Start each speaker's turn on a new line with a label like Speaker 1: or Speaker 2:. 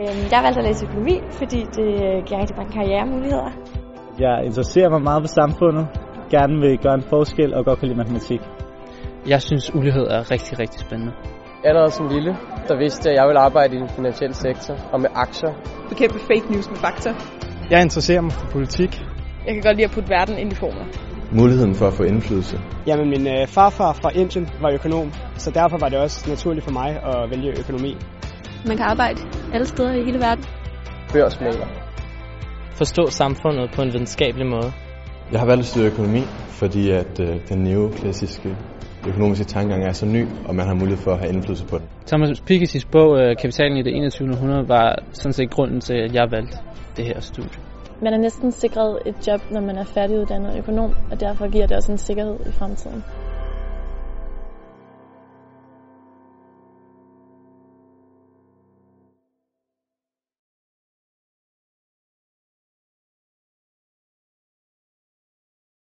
Speaker 1: Øhm, Jeg valgte at læse økonomi, fordi det øh, giver rigtig mange karrieremuligheder.
Speaker 2: Jeg interesserer mig meget for samfundet, gerne vil gøre en forskel og godt kan lide matematik.
Speaker 3: Jeg synes, ulighed er rigtig, rigtig spændende.
Speaker 4: Allerede som lille, der vidste jeg, at jeg ville arbejde i den finansielle sektor og med aktier.
Speaker 5: bekæmpe fake news med fakta.
Speaker 2: Jeg interesserer mig for politik.
Speaker 5: Jeg kan godt lide at putte verden ind i former.
Speaker 6: Muligheden for at få indflydelse.
Speaker 2: Jamen, min øh, farfar fra Indien var økonom, så derfor var det også naturligt for mig at vælge økonomi.
Speaker 1: Man kan arbejde alle steder i hele verden.
Speaker 4: Børsmæler.
Speaker 3: Forstå samfundet på en videnskabelig måde.
Speaker 6: Jeg har valgt at studere økonomi, fordi at øh, den neoklassiske økonomiske tankegang er så ny, og man har mulighed for at have indflydelse på den.
Speaker 3: Thomas Piketty's bog, øh, Kapitalen i det 21. århundrede, var sådan set grunden til, at jeg valgte det her studie.
Speaker 7: Man er næsten sikret et job, når man er færdiguddannet økonom, og derfor giver det også en sikkerhed i fremtiden.